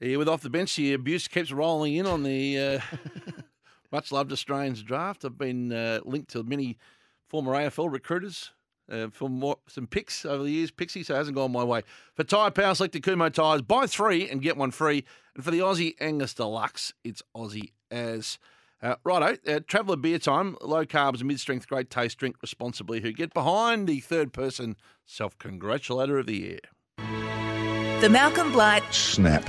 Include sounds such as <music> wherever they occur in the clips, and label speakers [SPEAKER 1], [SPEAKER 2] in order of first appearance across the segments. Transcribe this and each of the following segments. [SPEAKER 1] Here with off the bench here, abuse keeps rolling in on the uh, much loved Australians draft. I've been uh, linked to many former AFL recruiters uh, for more, some picks over the years. Pixie, so it hasn't gone my way. For tyre power, select the Kumo tyres. Buy three and get one free. And for the Aussie Angus Deluxe, it's Aussie as. Uh, righto, uh, traveller beer time, low carbs, mid strength, great taste, drink responsibly. Who get behind the third person self congratulator of the year?
[SPEAKER 2] The Malcolm Blight
[SPEAKER 3] Snap.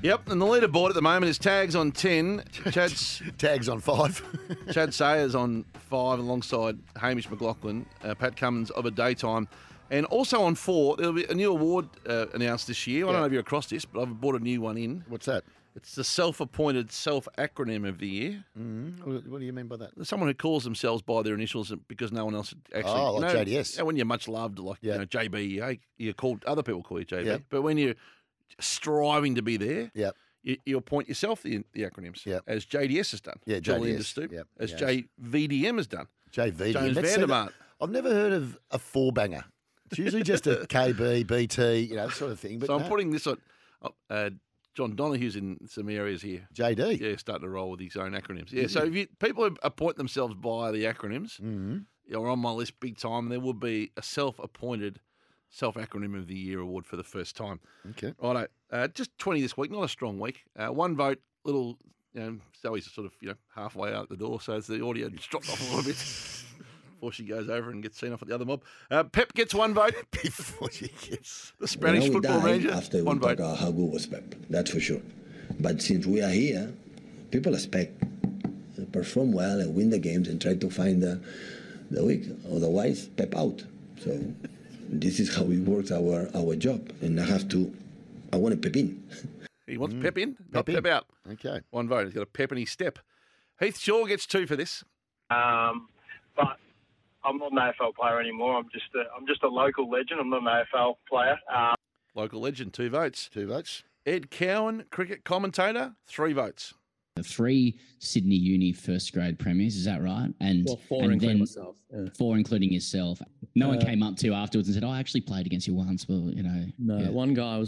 [SPEAKER 1] Yep, and the leaderboard at the moment is tags on 10. Chad's
[SPEAKER 3] <laughs> Tags on five.
[SPEAKER 1] <laughs> Chad Sayers on five alongside Hamish McLaughlin, uh, Pat Cummins of a daytime. And also on four, there'll be a new award uh, announced this year. I don't know if you're across this, but I've brought a new one in.
[SPEAKER 3] What's that?
[SPEAKER 1] It's the self appointed self acronym of the year.
[SPEAKER 3] What what do you mean by that?
[SPEAKER 1] There's someone who calls themselves by their initials because no one else actually.
[SPEAKER 3] Oh, like
[SPEAKER 1] you know,
[SPEAKER 3] JDS.
[SPEAKER 1] yeah, when you're much loved, like
[SPEAKER 3] Yeah.
[SPEAKER 1] you know, JB, you know, you're called, other people call you JB.
[SPEAKER 3] Yeah.
[SPEAKER 1] But when you're striving to be there,
[SPEAKER 3] Yep.
[SPEAKER 1] you, you appoint yourself the, the acronyms,
[SPEAKER 3] Yep.
[SPEAKER 1] as JDS has done.
[SPEAKER 3] Yeah,
[SPEAKER 1] Joel
[SPEAKER 3] JDS,
[SPEAKER 1] Indestoop,
[SPEAKER 3] yep,
[SPEAKER 1] as
[SPEAKER 3] yes.
[SPEAKER 1] JVDM has done.
[SPEAKER 3] JV.
[SPEAKER 1] James
[SPEAKER 3] Let's see that.
[SPEAKER 1] Vandermart.
[SPEAKER 3] I've never heard of a four banger. It's usually
[SPEAKER 1] <laughs>
[SPEAKER 3] just a KB, BT, you know, sort of thing. But
[SPEAKER 1] so I'm
[SPEAKER 3] no.
[SPEAKER 1] putting this on. uh, Uh, John Donohue's in some areas here.
[SPEAKER 3] JD.
[SPEAKER 1] Yeah, starting to roll with his own acronyms. Yeah, so if you, people who appoint themselves by the acronyms
[SPEAKER 3] Mhm.
[SPEAKER 1] are on my list big time. There will be a self-appointed self-acronym of the year award for the first time.
[SPEAKER 3] Okay.
[SPEAKER 1] Righto. Uh, just 20 this week, not a strong week. Uh, one vote, little, you know, Zoe's sort of, you know, halfway out the door, so it's the audio just dropped off a little bit before she goes over and gets seen off at the other mob. Uh, Pep gets one vote.
[SPEAKER 3] Before you get-
[SPEAKER 1] The Spanish
[SPEAKER 4] When I will
[SPEAKER 1] football
[SPEAKER 4] die,
[SPEAKER 1] ranger,
[SPEAKER 4] After
[SPEAKER 1] one
[SPEAKER 4] one
[SPEAKER 1] vote.
[SPEAKER 4] Our Hago was Pep, that's for sure. But since we are here, people expect to perform well and win the games and try to find the, the week. Otherwise, Pep out. So this is how we work our, our job. And I have to, I want to Pep in.
[SPEAKER 1] He wants Pep in, not
[SPEAKER 3] Mm. Pep
[SPEAKER 1] Pep,
[SPEAKER 3] in.
[SPEAKER 1] out.
[SPEAKER 3] Okay.
[SPEAKER 1] One vote. He's got a Pep in his step. Heath Shaw gets two for this.
[SPEAKER 5] Um, but I'm not an AFL player anymore. I'm just a, I'm just a local legend. I'm not an AFL player. Um,
[SPEAKER 1] Local legend, two votes.
[SPEAKER 3] Two votes.
[SPEAKER 1] Ed Cowan, cricket commentator, three votes.
[SPEAKER 6] Three Sydney Uni first grade premiers, is that right? And and then four including yourself. No one came up to you afterwards and said, "Oh, I actually played against you once." Well, you know, no one. "Oh,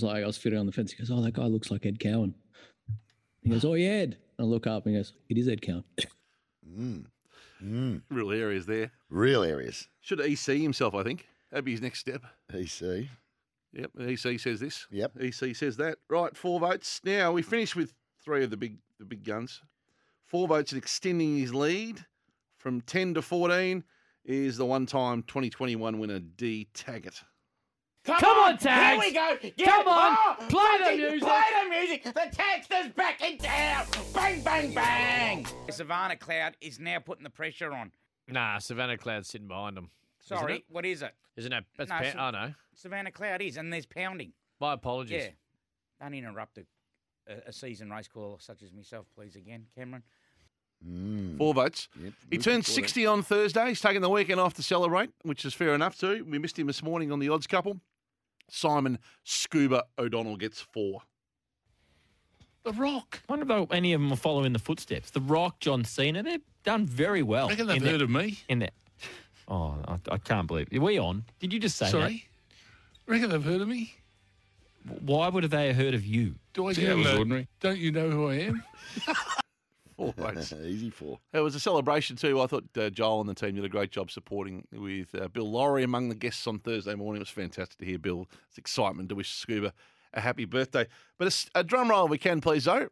[SPEAKER 1] Real areas there.
[SPEAKER 3] Real areas.
[SPEAKER 1] Should EC himself, I think. That'd be his next step.
[SPEAKER 3] EC.
[SPEAKER 1] Yep, and EC says this.
[SPEAKER 3] Yep.
[SPEAKER 1] EC says that. Right, four votes. Now we finish with three of the big the big guns. Four votes at extending his lead from ten to fourteen is the one time twenty twenty one winner D Taggart.
[SPEAKER 6] Come, on, Tags! Here we go! Come on! play the music! Play the music! The Tagster's back in town! Bang, bang, bang!
[SPEAKER 7] Savannah Cloud is now putting the pressure on.
[SPEAKER 8] Nah, Savannah Cloud's sitting behind him.
[SPEAKER 7] Sorry,
[SPEAKER 8] Isn't it?
[SPEAKER 7] what is it?
[SPEAKER 8] Isn't that? That's
[SPEAKER 7] No,
[SPEAKER 8] pa-
[SPEAKER 7] Sav-
[SPEAKER 8] I know.
[SPEAKER 7] Savannah Cloud is, and there's pounding.
[SPEAKER 8] My apologies.
[SPEAKER 7] Yeah. Don't interrupt a, a, a seasoned race caller such as myself, please, again, Cameron.
[SPEAKER 1] Four votes.
[SPEAKER 3] Hmm. Yep.
[SPEAKER 1] He
[SPEAKER 3] Moving
[SPEAKER 1] turned
[SPEAKER 3] forward.
[SPEAKER 1] 60 on Thursday. He's taking the weekend off to celebrate, which is fair enough too. We missed him this morning on the odds couple. Simon Scuba O'Donnell gets four. The Rock.
[SPEAKER 8] I wonder if any of them are following the footsteps. The Rock, John Cena, they've done very well.
[SPEAKER 7] Reckon they've
[SPEAKER 8] in their-
[SPEAKER 7] heard of me.
[SPEAKER 8] In there. Oh, I, I can't believe. Are we on? Did you just say
[SPEAKER 7] Sorry? Reckon they've heard of me?
[SPEAKER 8] that? Why would they have heard of you?
[SPEAKER 7] Do I get that was ordinary. Don't you know who I am?
[SPEAKER 3] <laughs>
[SPEAKER 1] four votes.
[SPEAKER 3] Easy four.
[SPEAKER 1] It was a celebration too. I thought uh, Joel and the team did a great job supporting with uh, Bill Laurie among the guests on Thursday morning. It was fantastic to hear Bill. It's excitement to wish Scuba a happy birthday. But a, s- a drum roll, if we can please, though.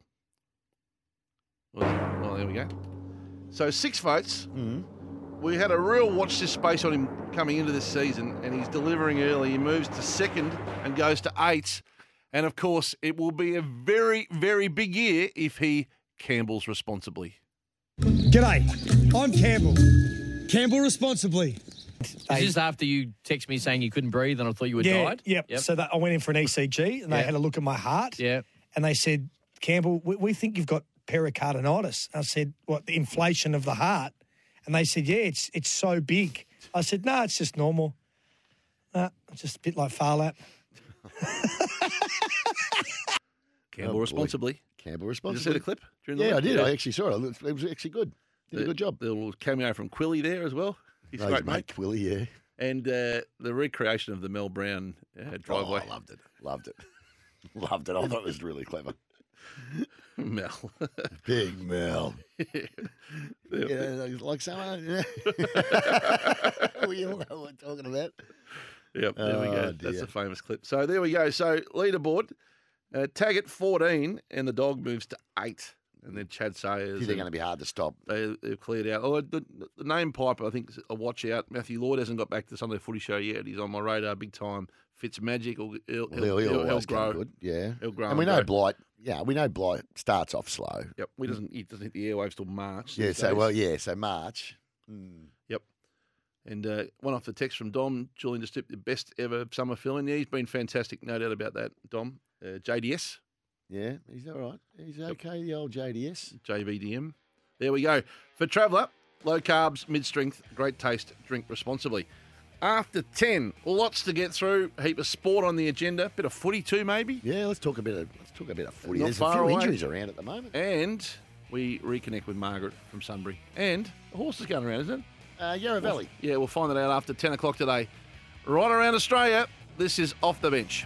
[SPEAKER 1] Well, well, there we go. So six votes. We had a real watch this space on him coming into this season, and he's delivering early. He moves to second and goes to eight. And of course, it will be a very, very big year if he Campbell's responsibly.
[SPEAKER 9] G'day, I'm Campbell. Campbell responsibly.
[SPEAKER 8] Is this after you text me saying you couldn't breathe and I thought you had
[SPEAKER 9] yeah,
[SPEAKER 8] died?
[SPEAKER 9] Yep. So that, I went in for an ECG and they
[SPEAKER 8] Yeah.
[SPEAKER 9] had a look at my heart.
[SPEAKER 8] Yeah.
[SPEAKER 9] And they said, Campbell, we, we think you've got pericarditis. I said, what, the inflation of the heart? And they said, yeah, it's it's so big. I said, no, it's just normal. Nah, it's just a bit like Farlap.
[SPEAKER 1] Campbell
[SPEAKER 3] boy.
[SPEAKER 1] responsibly.
[SPEAKER 3] Campbell
[SPEAKER 1] Did you
[SPEAKER 3] responsibly.
[SPEAKER 1] see the clip? During the
[SPEAKER 3] Uh, yeah,
[SPEAKER 1] week?
[SPEAKER 3] I did. I actually saw it. It was actually good. Did a good job.
[SPEAKER 1] The little cameo from Quilly there as well. He's
[SPEAKER 3] Those
[SPEAKER 1] great,
[SPEAKER 3] mate,
[SPEAKER 1] mate.
[SPEAKER 3] Quilly, yeah.
[SPEAKER 1] And uh, the recreation of the Mel Brown uh, driveway.
[SPEAKER 3] Oh,
[SPEAKER 1] <laughs>
[SPEAKER 3] I loved it. Loved it. <laughs> loved it. I thought it was really clever.
[SPEAKER 1] Mel. <laughs>
[SPEAKER 3] Big Mel.
[SPEAKER 1] Yeah.
[SPEAKER 3] Yeah, like someone.
[SPEAKER 1] <laughs>
[SPEAKER 3] Yeah. <laughs> we all know what we're talking about.
[SPEAKER 1] Yep, there we go.
[SPEAKER 3] Oh,
[SPEAKER 1] That's
[SPEAKER 3] dear.
[SPEAKER 1] a famous clip. So there we go. So leaderboard, uh, tag at 14, and the dog moves to 8. And then Chad Sayers.
[SPEAKER 3] Gee, they're
[SPEAKER 1] and-
[SPEAKER 3] gonna be hard to stop.
[SPEAKER 1] They, they've cleared out. Oh, the, the name Piper, I think, is a watch out. Matthew Lloyd hasn't got back to the Sunday Footy Show yet. He's on my radar big time. Fitzmagic, will, he'll,
[SPEAKER 3] Well,
[SPEAKER 1] he'll,
[SPEAKER 3] he'll
[SPEAKER 1] he'll- he'll
[SPEAKER 3] always come
[SPEAKER 1] grow.
[SPEAKER 3] good. Yeah.
[SPEAKER 1] He'll grow
[SPEAKER 3] and we
[SPEAKER 1] and
[SPEAKER 3] know
[SPEAKER 1] grow.
[SPEAKER 3] Blight. Yeah, we know Blight starts off slow.
[SPEAKER 1] Yep, we doesn't, he doesn't hit the airwaves till March.
[SPEAKER 3] Yeah,
[SPEAKER 1] these
[SPEAKER 3] so,
[SPEAKER 1] days.
[SPEAKER 3] well, yeah, so March. Mm.
[SPEAKER 1] Yep. And uh, one off the text from Dom, Julian Destip, the best ever summer filming. Yeah, he's been fantastic, no doubt about that, Dom. Uh, JDS,
[SPEAKER 3] Yeah, he's all right. He's okay, the old JDS.
[SPEAKER 1] JVDM. There we go. For Traveller, low carbs, mid strength, great taste, drink responsibly. After 10, lots to get through, heap of sport on the agenda, bit of footy too, maybe.
[SPEAKER 3] Yeah, let's talk a bit of let's talk a bit of footy.
[SPEAKER 1] Not
[SPEAKER 3] There's
[SPEAKER 1] far
[SPEAKER 3] a
[SPEAKER 1] away.
[SPEAKER 3] few injuries around at the moment.
[SPEAKER 1] And we reconnect with Margaret from Sunbury. And a horse is going around, isn't it?
[SPEAKER 3] Uh, Yarra Valley.
[SPEAKER 1] Yeah, we'll find that out after 10 o'clock today. Right around Australia, this is Off the Bench.